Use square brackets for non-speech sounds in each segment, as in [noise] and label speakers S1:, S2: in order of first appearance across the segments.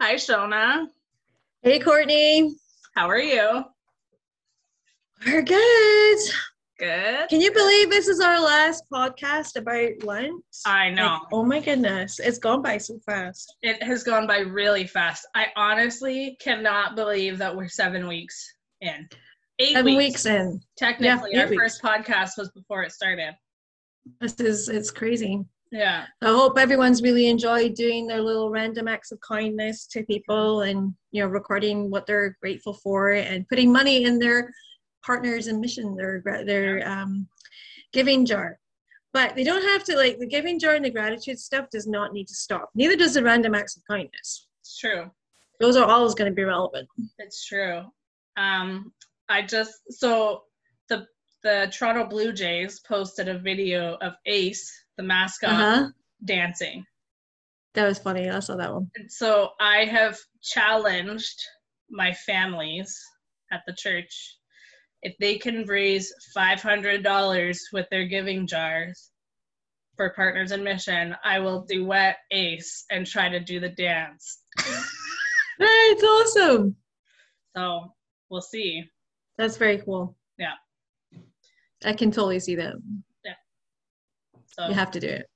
S1: Hi, Shona.
S2: Hey, Courtney.
S1: How are you?
S2: We're good.
S1: Good.
S2: Can you believe this is our last podcast about Lent?
S1: I know.
S2: Like, oh my goodness, it's gone by so fast.
S1: It has gone by really fast. I honestly cannot believe that we're seven weeks in. Eight
S2: Seven
S1: weeks.
S2: weeks in.
S1: Technically,
S2: Yeah, eight
S1: our first podcast was before it started.
S2: This is it's crazy.
S1: Yeah.
S2: I hope everyone's really enjoyed doing their little random acts of kindness to people and you know recording what they're grateful for and putting money in their partners and mission their gra- their um, giving jar. But they don't have to like the giving jar and the gratitude stuff does not need to stop. Neither does the random acts of kindness.
S1: It's true.
S2: Those are always going to be relevant.
S1: It's true. Um, I just so the the Toronto Blue Jays posted a video of Ace, the mascot,
S2: Uh huh.
S1: dancing.
S2: That was funny. I saw that one.
S1: And so I have challenged my families at the church if they can raise $500 with their giving jars for Partners in Mission, I will duet Ace and try to do the dance.
S2: That's awesome.
S1: So we'll see.
S2: That's very cool.
S1: Yeah.
S2: I can totally see that.
S1: So Uh,
S2: You have to do it.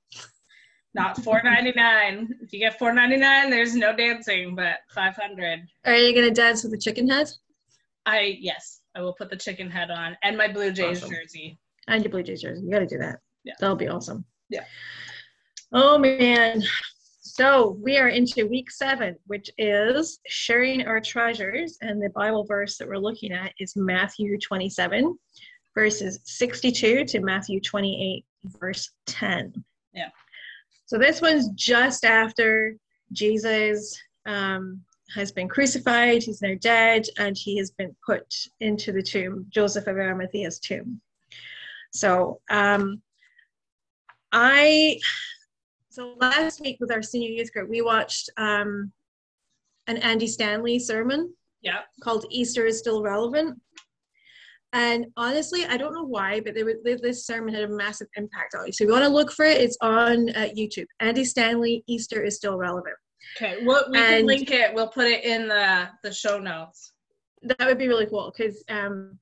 S1: not $4.99. If you get $4.99, there's no dancing, but 500
S2: Are you gonna dance with a chicken head
S1: I, yes, I will put the chicken head on and my Blue Jays
S2: Awesome.
S1: jersey.
S2: and your Blue Jays jersey? You gotta do that.
S1: Yeah.
S2: That'll be awesome.
S1: Yeah.
S2: Oh man. So we are into week seven, which is sharing our treasures, and the Bible verse that we're looking at is Matthew 27, verses 62 to Matthew 28, verse 10.
S1: Yeah.
S2: So this one's just after Jesus um, has been crucified, he's now dead, and he has been put into the tomb, Joseph of Arimathea's tomb. So um, I, so last week with our senior youth group, we watched um, an Andy Stanley sermon
S1: Yeah.
S2: called Easter is Still Relevant. And honestly, I don't know why, but they were, th- this sermon had a massive impact on me. So if you want to look for it, it's on uh, YouTube. Andy Stanley, Easter is Still Relevant.
S1: Okay, well, we can
S2: And-
S1: link it. We'll put it in the the show notes.
S2: That would be really cool because um,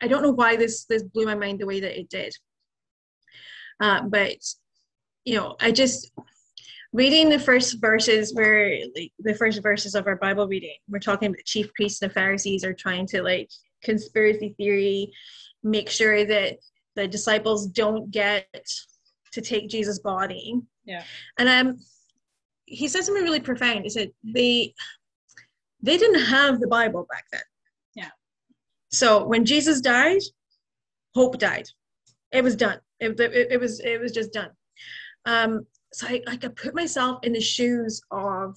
S2: I don't know why this, this blew my mind the way that it did. Uh, but, you know, I just, reading the first verses where like, the first verses of our bible reading we're talking about chief priests and pharisees are trying to like conspiracy theory make sure that the disciples don't get to take jesus body
S1: Yeah.
S2: and um he said something really profound he said they they didn't have the bible back then
S1: Yeah.
S2: so when jesus died hope died it was done it, it, it was it was just done um so I, I could put myself in the shoes of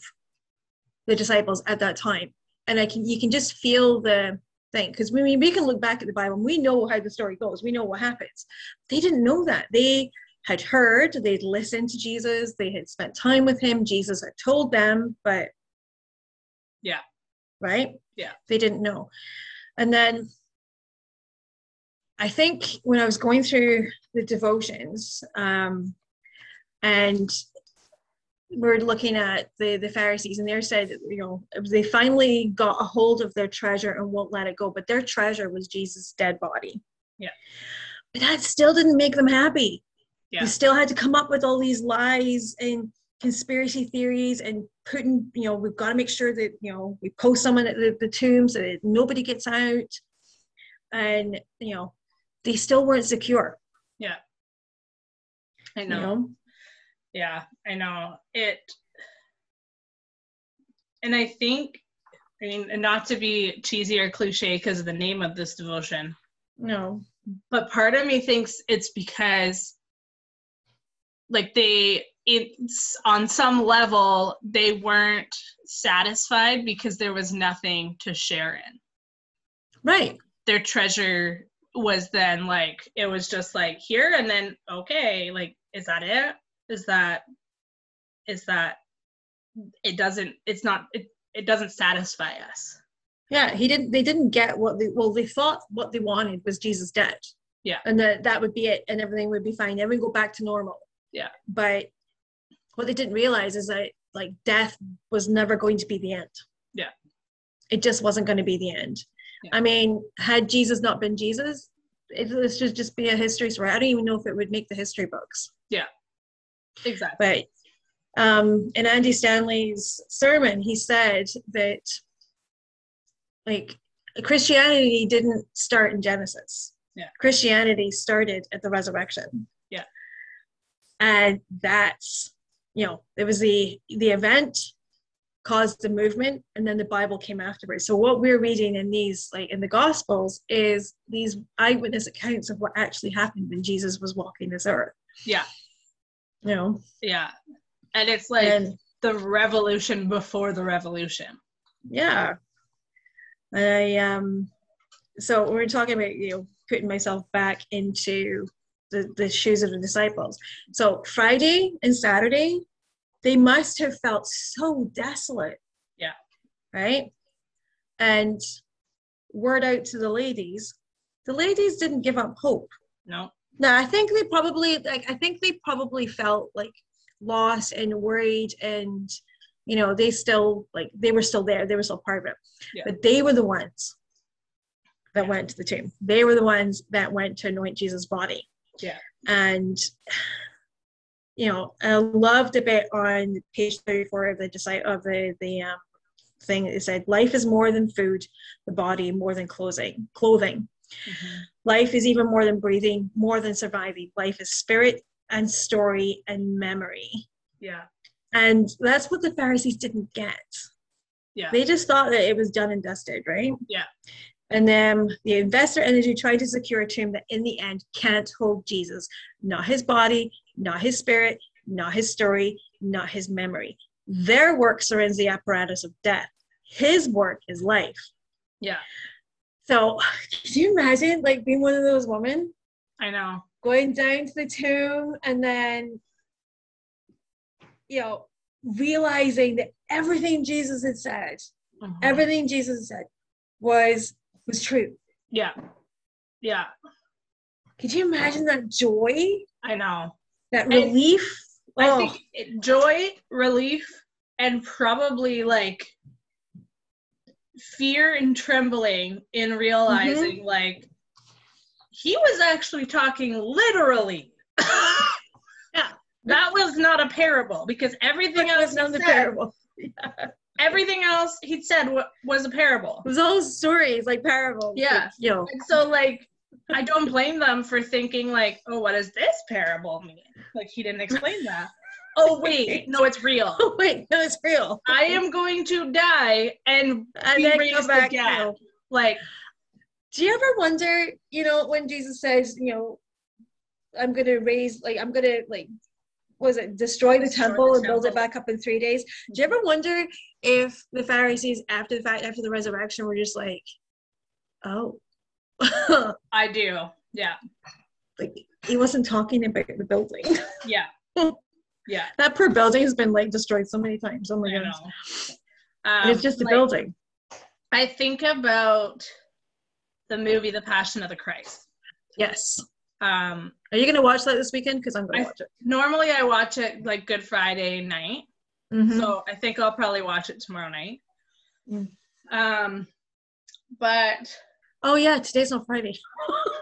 S2: the disciples at that time and i can you can just feel the thing because we mean we can look back at the bible and we know how the story goes we know what happens they didn't know that they had heard they'd listened to jesus they had spent time with him jesus had told them but
S1: Yeah.
S2: right
S1: Yeah.
S2: they didn't know and then i think when i was going through the devotions um and we're looking at the the Pharisees, and they said, you know, they finally got a hold of their treasure and won't let it go. But their treasure was Jesus' dead body.
S1: Yeah.
S2: but that still didn't make them happy.
S1: Yeah.
S2: They still had to come up with all these lies and conspiracy theories and putting, you know, we've got to make sure that you know we post someone at the, the tomb so that nobody gets out, and you know, they still weren't secure.
S1: I
S2: You
S1: know.
S2: know,
S1: Yeah, I know. It and I think I mean and not to be cheesy or cliche because of the name of this devotion,
S2: no,
S1: but part of me thinks it's because like they it's on some level they weren't satisfied because there was nothing to share in.
S2: right.
S1: their treasure was then like it was just like here and then okay like is that it is that is that it doesn't it's not it, it doesn't satisfy us
S2: Yeah, he didn't. They didn't get what they well. They thought what they wanted was Jesus dead.
S1: Yeah.
S2: and that that would be it, and everything would be fine. Everything would go back to normal.
S1: Yeah.
S2: but what they didn't realize is that like death was never going to be the end.
S1: Yeah.
S2: It just wasn't going to be the end.
S1: Yeah.
S2: I mean, had Jesus not been Jesus, it, this should just be a history story. I don't even know if it would make the history books.
S1: Exactly.
S2: But um, in Andy Stanley's sermon, he said that like Christianity didn't start in Genesis.
S1: Yeah.
S2: Christianity started at the resurrection.
S1: Yeah.
S2: And that's you know it was the the event caused the movement and then the bible came afterwards so what we're reading in these like in the gospels is these eyewitness accounts of what actually happened when jesus was walking this earth
S1: Yeah.
S2: you know
S1: Yeah. And it's like
S2: and
S1: the revolution before the revolution.
S2: yeah i um so we we're talking about you know putting myself back into the, the shoes of the disciples so friday and saturday they must have felt so desolate
S1: Yeah.
S2: right and word out to the ladies the ladies didn't give up hope
S1: No.
S2: no, I think they probably like I think they probably felt like lost and worried and you know, they still like they were still there, they were still part of it.
S1: Yeah.
S2: But they were the ones that
S1: Yeah.
S2: went to the tomb. They were the ones that went to anoint Jesus' body.
S1: Yeah.
S2: And you know, I loved a bit on page thirty-four of the deci- of the the um, thing. It said, "Life is more than food, the body more than clothing. Clothing, Mm-hmm. Life is even more than breathing, more than surviving. Life is spirit and story and memory.
S1: Yeah.
S2: And that's what the Pharisees didn't get.
S1: Yeah.
S2: They just thought that it was done and dusted, right?
S1: Yeah.
S2: And then the investor energy tried to secure a tomb that in the end can't hold Jesus. Not his body, not his spirit, not his story, not his memory. Their work surrenders the apparatus of death. His work is life.
S1: Yeah.
S2: So [laughs] could you imagine like being one of those women
S1: I know.
S2: going down to the tomb and then you know realizing that everything jesus had said
S1: Mhm.
S2: everything jesus said was was true
S1: yeah. Yeah.
S2: could you imagine that joy
S1: I know.
S2: that
S1: I-
S2: relief
S1: I
S2: Oh,
S1: think it, joy, relief, and probably like fear and trembling in realizing
S2: Mm-hmm.
S1: like he was actually talking literally. [laughs]
S2: Yeah.
S1: That was not a parable because everything
S2: that
S1: else
S2: was
S1: he
S2: not the
S1: said,
S2: parable
S1: everything else he said wa- was a parable.
S2: it was all stories like parables
S1: Yeah.
S2: like, you know [laughs]
S1: And so like I don't blame them for thinking like, oh, what does this parable mean? Like he didn't explain that. Oh
S2: [laughs]
S1: wait, no, it's real.
S2: oh wait no it's real
S1: I am going to die and
S2: and
S1: He
S2: then
S1: raised
S2: go
S1: the
S2: back you
S1: gap.
S2: know,
S1: like
S2: do you ever wonder you know when jesus says you know i'm gonna raise like i'm gonna like was it destroy
S1: Destroy
S2: the
S1: the
S2: temple and build it
S1: temple.
S2: back up in three days do you ever wonder if the pharisees after the fact after the resurrection were just like oh [laughs]
S1: I do. Yeah.
S2: like he wasn't talking about the building
S1: Yeah.
S2: [laughs] that poor building has been like destroyed so many times oh my
S1: I
S2: goodness
S1: know.
S2: And it's just a
S1: like,
S2: building
S1: I think about the movie The Passion of the Christ.
S2: yes
S1: Um
S2: are you gonna watch that this weekend because i'm gonna
S1: I-
S2: watch it
S1: normally I watch it like Good Friday night.
S2: Mhm.
S1: So I think I'll probably watch it tomorrow night.
S2: Mm.
S1: Um but
S2: oh yeah today's not friday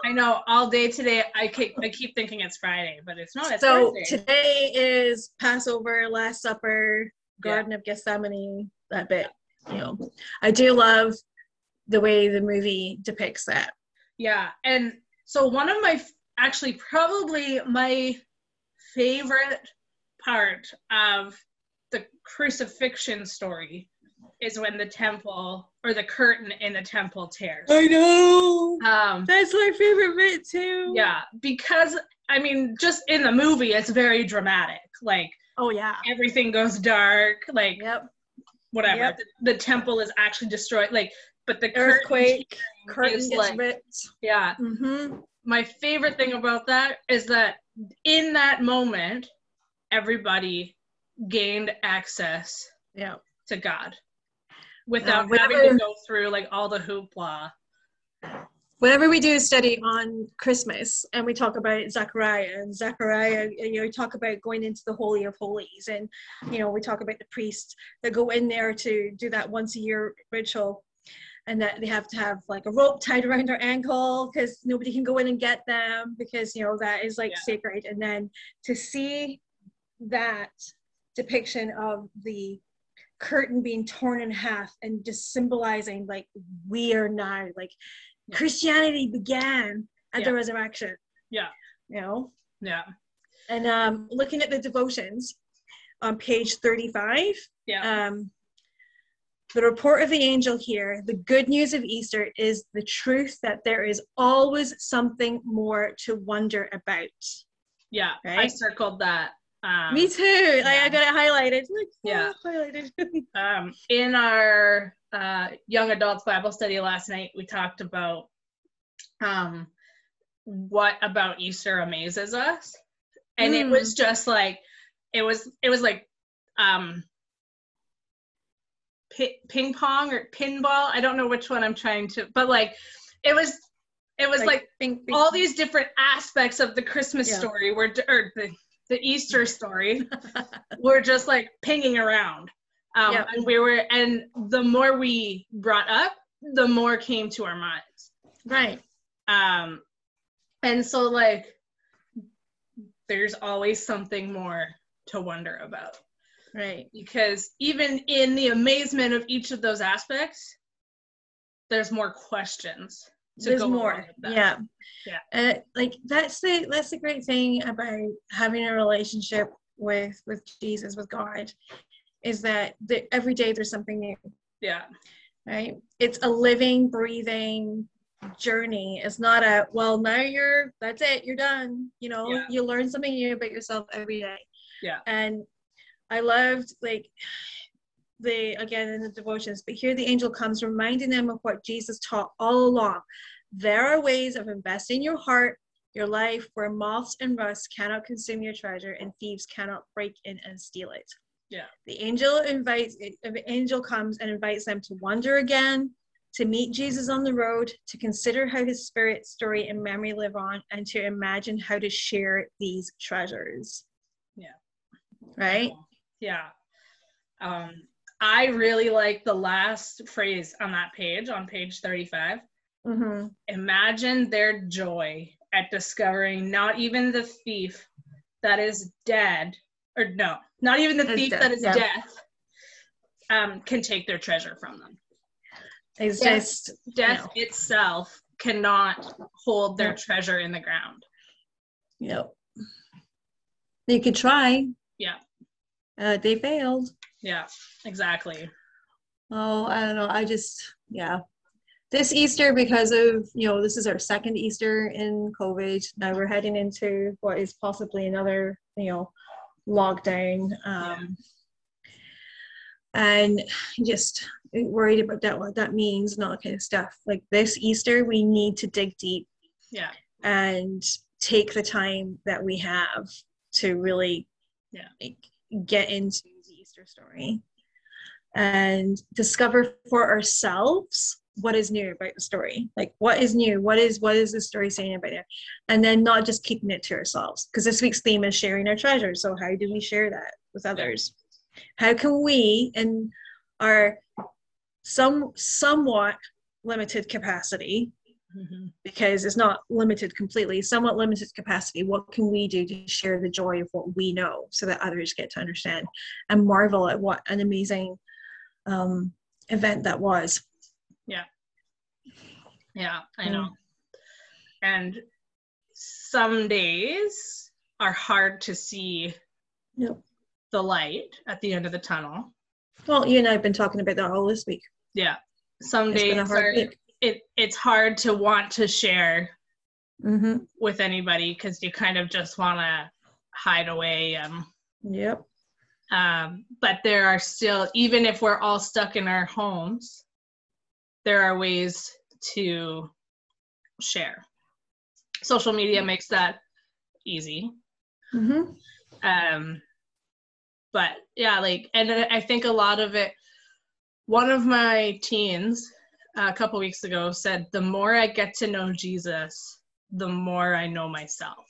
S1: I know all day today I keep I keep thinking it's Friday, but it's not. It's
S2: so
S1: Thursday.
S2: today is Passover, Last Supper,
S1: Yeah.
S2: Garden of Gethsemane, that bit. You know, I do love the way the movie depicts that.
S1: Yeah, and so one of my f- actually probably my favorite part of the crucifixion story is when the temple or the curtain in the temple tears.
S2: know.
S1: Um,
S2: That's my favorite bit too.
S1: yeah, because I mean, just in the movie, it's very dramatic. Like
S2: Oh yeah.
S1: everything goes dark. Like
S2: Yep.
S1: whatever.
S2: Yep.
S1: The, the temple is actually destroyed. Like, but the curtain-
S2: Earthquake. Curtain
S1: is
S2: gets
S1: like-
S2: ripped.
S1: yeah,
S2: Mm-hmm.
S1: my favorite thing about that is that in that moment, everybody gained access
S2: Yeah.
S1: to God without
S2: whenever-
S1: having to go through like all the hoopla.
S2: whenever we do a study on Christmas and we talk about Zechariah and Zechariah, you know, we talk about going into the Holy of Holies and, you know, we talk about the priests that go in there to do that once a year ritual and that they have to have like a rope tied around their ankle because nobody can go in and get them because, you know, that is like
S1: Yeah.
S2: sacred. And then to see that depiction of the curtain being torn in half and just symbolizing like we are now like
S1: Yeah.
S2: christianity began at
S1: Yeah.
S2: the resurrection
S1: Yeah.
S2: you know
S1: Yeah.
S2: and um looking at the devotions on page 35
S1: Yeah.
S2: um the report of the angel here the good news of easter is the truth that there is always something more to wonder about
S1: yeah. I
S2: right.
S1: circled that. Um,
S2: me too like,
S1: yeah.
S2: i got it highlighted like,
S1: Yeah.
S2: oh, [laughs] highlighted.
S1: um, in our uh, young adults Bible study last night, we talked about um, what about Easter amazes us, and it
S2: Mm.
S1: was just like it was it was like um, pi- ping pong or pinball. I don't know which one I'm trying to, but like it was it was like
S2: think,
S1: all these different aspects of the Christmas
S2: Yeah.
S1: story were, or the, the
S2: [laughs]
S1: Easter story were just like pinging around. Um,
S2: Yeah.
S1: And we were, and the more we brought up, the more came to our minds.
S2: right
S1: Um, and so, like, there's always something more to wonder about
S2: right
S1: because even in the amazement of each of those aspects, there's more questions. to
S2: there's
S1: go along
S2: more
S1: with that.
S2: yeah
S1: Yeah.
S2: uh, like that's the that's the great thing about having a relationship with with jesus with god is that the, every day there's something new
S1: Yeah.
S2: right it's a living breathing journey it's not a well now you're that's it you're done you know
S1: Yeah.
S2: you learn something new about yourself every day
S1: Yeah.
S2: and i loved like the again in the devotions but here the angel comes reminding them of what jesus taught all along there are ways of investing your heart your life where moths and rust cannot consume your treasure and thieves cannot break in and steal it the angel invites the angel comes and invites them to wander again to meet jesus on the road to consider how his spirit story and memory live on and to imagine how to share these treasures
S1: Yeah.
S2: right
S1: Yeah. Um, I really like the last phrase on that page, on page 35.
S2: mm-hmm.
S1: Imagine their joy at discovering not even the thief that is dead, or no, not even the
S2: Is
S1: thief
S2: dead,
S1: that is
S2: yeah.
S1: death um, can take their treasure from them.
S2: it's
S1: Yeah.
S2: just
S1: Death itself cannot hold their
S2: No.
S1: treasure in the ground.
S2: you know they could try
S1: Yeah.
S2: uh, they failed
S1: Yeah, exactly.
S2: Oh, I don't know. I just, yeah. This Easter, because of, you know, this is our second Easter in COVID. Now we're heading into what is possibly another, you know, lockdown. Um, And just worried about that, what that means and all that kind of stuff. Like this Easter, we need to dig deep
S1: Yeah.
S2: and take the time that we have to really
S1: Yeah.
S2: like, get into the Easter story and discover for ourselves what is new about the story like what is new what is what is the story saying about it and then not just keeping it to ourselves because this week's theme is sharing our treasure so how do we share that with others how can we in our some somewhat limited capacity
S1: Mhm.
S2: because it's not limited completely, somewhat limited capacity. What can we do to share the joy of what we know so that others get to understand and marvel at what an amazing um, event that was?
S1: Yeah, I
S2: Mm.
S1: know. And some days are hard to see
S2: Yep.
S1: the light at the end of the tunnel.
S2: Well, you and I have been talking about that all this week.
S1: Yeah. Some
S2: It's
S1: days
S2: been a
S1: are,
S2: hard week.
S1: it it's hard to want to share
S2: Mm-hmm.
S1: with anybody cuz you kind of just want to hide away um
S2: Yep.
S1: um but there are still even if we're all stuck in our homes there are ways to share. Social media makes that easy.
S2: Mm-hmm.
S1: um but yeah like and i I think a lot of it one of my teens a couple weeks ago said, The more I get to know Jesus, the more I know myself.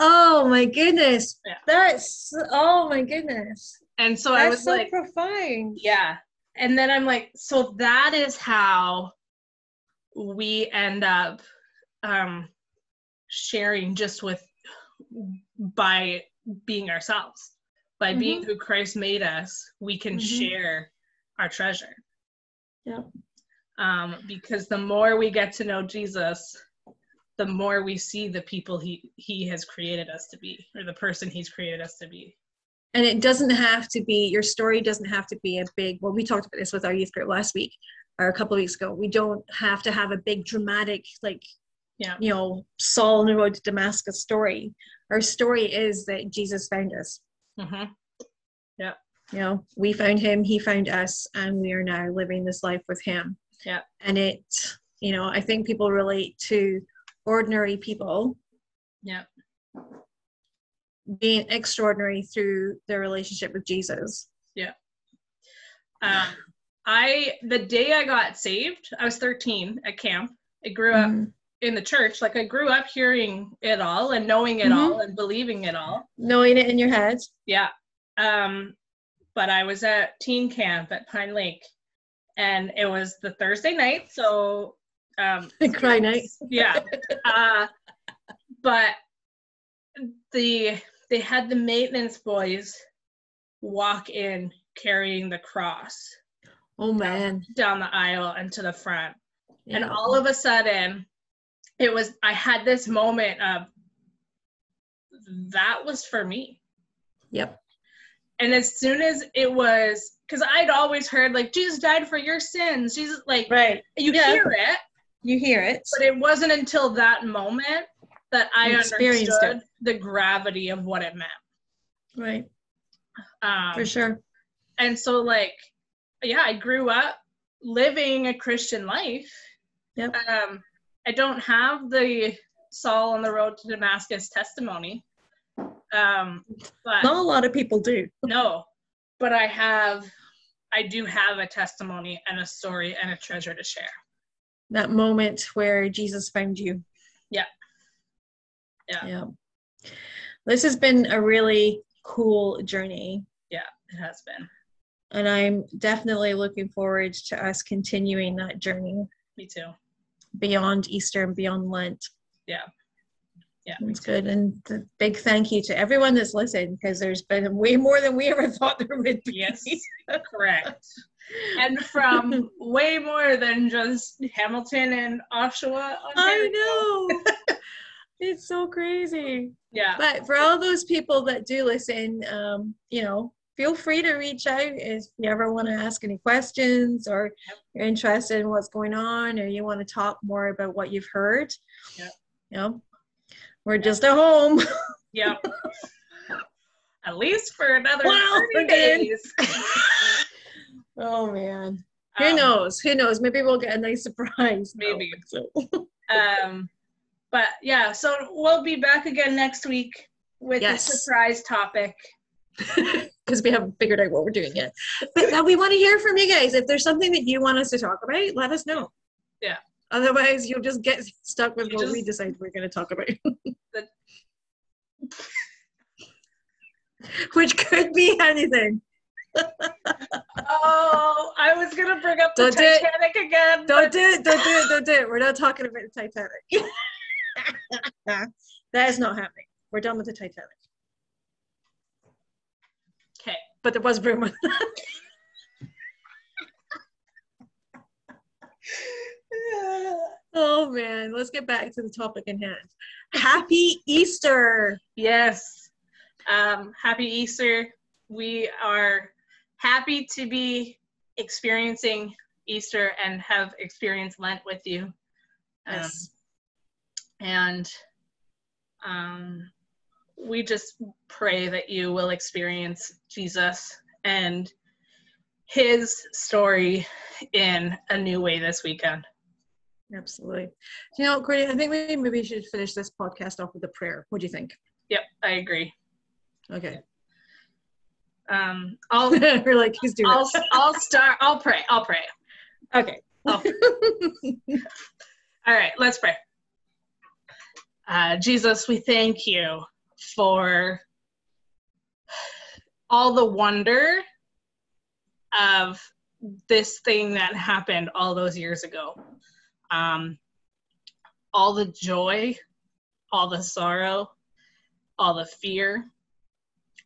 S2: Oh my goodness.
S1: Yeah.
S2: That's oh my goodness.
S1: And so I
S2: That's
S1: was
S2: so
S1: like,
S2: profound.
S1: Yeah. And then I'm like, so that is how we end up um, sharing just with by being ourselves, by being who Christ made us, we can
S2: Mhm.
S1: share our treasure.
S2: Yep.
S1: Um, because the more we get to know Jesus, the more we see the people he he has created us to be, or the person he's created us to be.
S2: And it doesn't have to be your story doesn't have to be a big well, we talked about this with our youth group last week or a couple of weeks ago. We don't have to have a big dramatic like
S1: Yeah.
S2: you know, Saul on the road to Damascus story. Our story is that Jesus found us.
S1: hmm
S2: You know, we found him, he found us, and we are now living this life with him.
S1: Yeah.
S2: And it, you know, I think people relate to ordinary people
S1: Yeah.
S2: being extraordinary through their relationship with Jesus.
S1: Um, I the day I got saved, I was 13 at camp. I grew up
S2: Mhm.
S1: in the church, like I grew up hearing it all and knowing it
S2: Mhm.
S1: all and believing it all.
S2: Knowing it in your head.
S1: Yeah. Um, but I was at teen camp at Pine Lake, and it was the Thursday night, so
S2: [laughs]
S1: um,
S2: Cry night.
S1: [laughs] yeah. Uh, but the they had the maintenance boys walk in carrying the cross
S2: Oh man.
S1: down the aisle and to the front. And
S2: Yeah.
S1: all of a sudden, it was, I had this moment of, that was for me.
S2: Yep.
S1: And as soon as it was, because I'd always heard, like, Jesus died for your sins. Jesus, like,
S2: Right.
S1: you
S2: Yeah.
S1: hear it,
S2: You hear it.
S1: but it wasn't until that moment that I
S2: You experienced it.
S1: understood the gravity of what it meant.
S2: Right.
S1: Um,
S2: For sure.
S1: And so, like, yeah, I grew up living a Christian life.
S2: Yep.
S1: Um, I don't have the Saul on the road to Damascus testimony, um, but
S2: Not a lot of people do.
S1: no, but I have, I do have a testimony and a story and a treasure to share.
S2: that moment where Jesus found you.
S1: Yeah. Yeah.
S2: Yeah. This has been a really cool journey,
S1: It has been
S2: and I'm definitely looking forward to us continuing that journey
S1: me too.
S2: beyond Easter and beyond Lent.
S1: Yeah, me
S2: It's good. And a big thank you to everyone that's listened because there's been way more than we ever [laughs] thought there would
S1: too.
S2: be. [laughs]
S1: Yes, correct. And from way more than just Hamilton and Oshawa.
S2: I
S1: Ontario.
S2: know.
S1: [laughs]
S2: it's so crazy.
S1: Yeah,
S2: but for all those people that do listen, um, you know, feel free to reach out if you ever want to ask any questions or you're interested in what's going on or you want to talk more about what you've heard.
S1: Yep.
S2: You know, we're just at home. [laughs]
S1: Yep. At least for another
S2: Wow,
S1: 30
S2: we're good.
S1: days.
S2: oh man. [laughs] Who
S1: Um,
S2: knows? Who knows? Maybe we'll get a nice [laughs] surprise. No,
S1: Maybe.
S2: so-
S1: Um, but yeah, so we'll be back again next week with
S2: Yes.
S1: a surprise topic.
S2: because we haven't figured out what we're doing yet. But uh, we want to hear from you guys. If there's something that you want us to talk about, let us know.
S1: Yeah.
S2: Otherwise, you'll just get stuck with
S1: You
S2: what we
S1: just-
S2: decide we're going to
S1: [laughs]
S2: talk about,
S1: But-
S2: [laughs] which could be anything.
S1: Oh, I was gonna bring up the
S2: Don't do it.
S1: Titanic again.
S2: Don't do it. Don't do it. Don't do it. We're not talking about the Titanic. [laughs] that is not happening. We're done with the Titanic.
S1: Okay.
S2: But there was rumor.
S1: [laughs]
S2: Oh man, let's get back to the topic in hand. Happy Easter!
S1: Yes. Um, happy Easter. We are happy to be experiencing Easter and have experienced Lent with you. Um,
S2: Yes.
S1: and um, we just pray that you will experience Jesus and his story in a new way this weekend.
S2: Absolutely. You know, Courtney, I think we maybe should finish this podcast off with a prayer. What do you think?
S1: Yep, I agree.
S2: Okay.
S1: Um, I'll
S2: [laughs] We're like, he's doing
S1: [laughs] Um, I'll
S2: it.
S1: I'll start. I'll pray. I'll pray.
S2: Okay.
S1: Oh. All right, let's pray. Uh, Jesus, we thank you for all the wonder of this thing that happened all those years ago. Um, all the joy, all the sorrow, all the fear,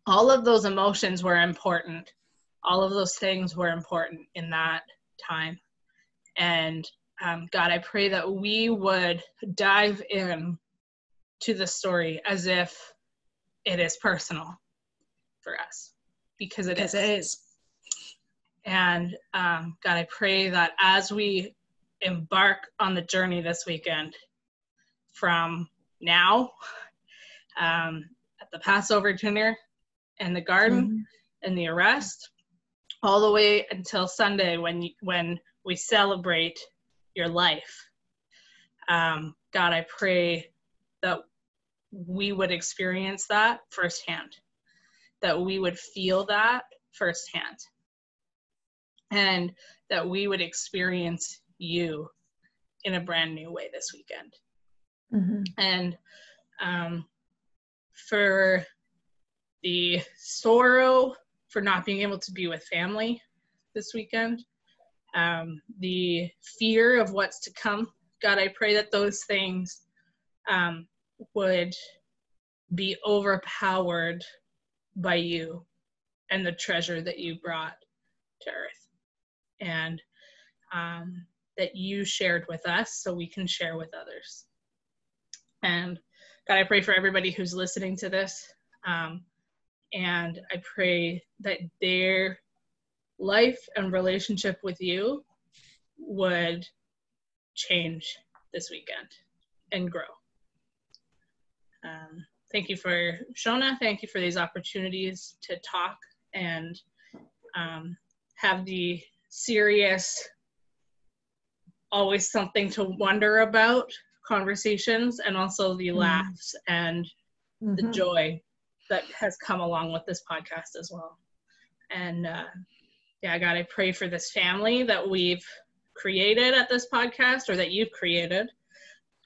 S1: all of those emotions were important. All of those things were important in that time. And um, God, I pray that we would dive in to the story as if it is personal for us, because it
S2: Because
S1: is.
S2: it is.
S1: And um, God, I pray that as we embark on the journey this weekend from now um, at the Passover dinner and the garden and the arrest, all the way until Sunday when, you- when we celebrate your life. Um, God, I pray that we would experience that firsthand, that we would feel that firsthand and that we would experience you in a brand new way this weekend.
S2: Mhm.
S1: And um, for the sorrow for not being able to be with family this weekend, um, the fear of what's to come, God, I pray that those things um, would be overpowered by you and the treasure that you brought to earth and um, that you shared with us so we can share with others. And God, I pray for everybody who's listening to this. Um, and I pray that their life and relationship with you would change this weekend and grow. Um, thank you for Shona. Thank you for these opportunities to talk and um, have the serious, always something to wonder about conversations and also the
S2: Mm.
S1: laughs and the
S2: Mhm.
S1: joy that has come along with this podcast as well. And uh, yeah, God, I pray for this family that we've created at this podcast or that you've created.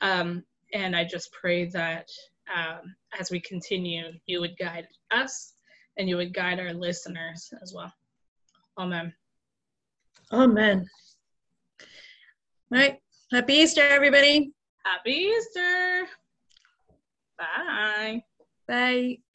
S1: Um, and I just pray that um, as we continue, you would guide us and you would guide our listeners as well. Amen.
S2: Amen. All right. Happy Easter, everybody.
S1: Happy Easter. Bye.
S2: Bye.